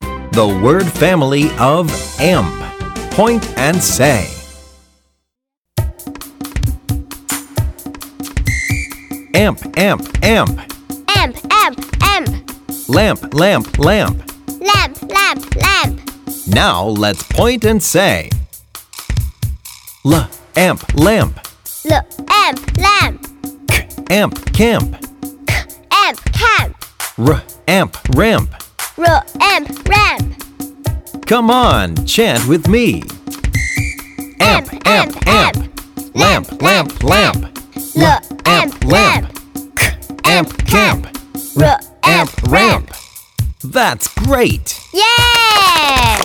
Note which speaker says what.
Speaker 1: the word family of amp. Point and say. Amp, amp, amp.
Speaker 2: Amp, amp, amp.
Speaker 1: Lamp, lamp, lamp.
Speaker 2: Lamp, lamp, lamp.
Speaker 1: Now let's point and say. L, amp, lamp.
Speaker 2: Look, amp, lamp.
Speaker 1: K, amp, camp.
Speaker 2: Amp, camp.
Speaker 1: R, amp, ramp.
Speaker 2: Roll, amp, ramp.
Speaker 1: Come on, chant with me. Amp, amp, amp. Lamp, lamp, lamp.
Speaker 2: Look, amp, lamp.
Speaker 1: K, amp, camp.
Speaker 2: Roll,
Speaker 1: Amp, ramp. That's great.
Speaker 2: Yeah!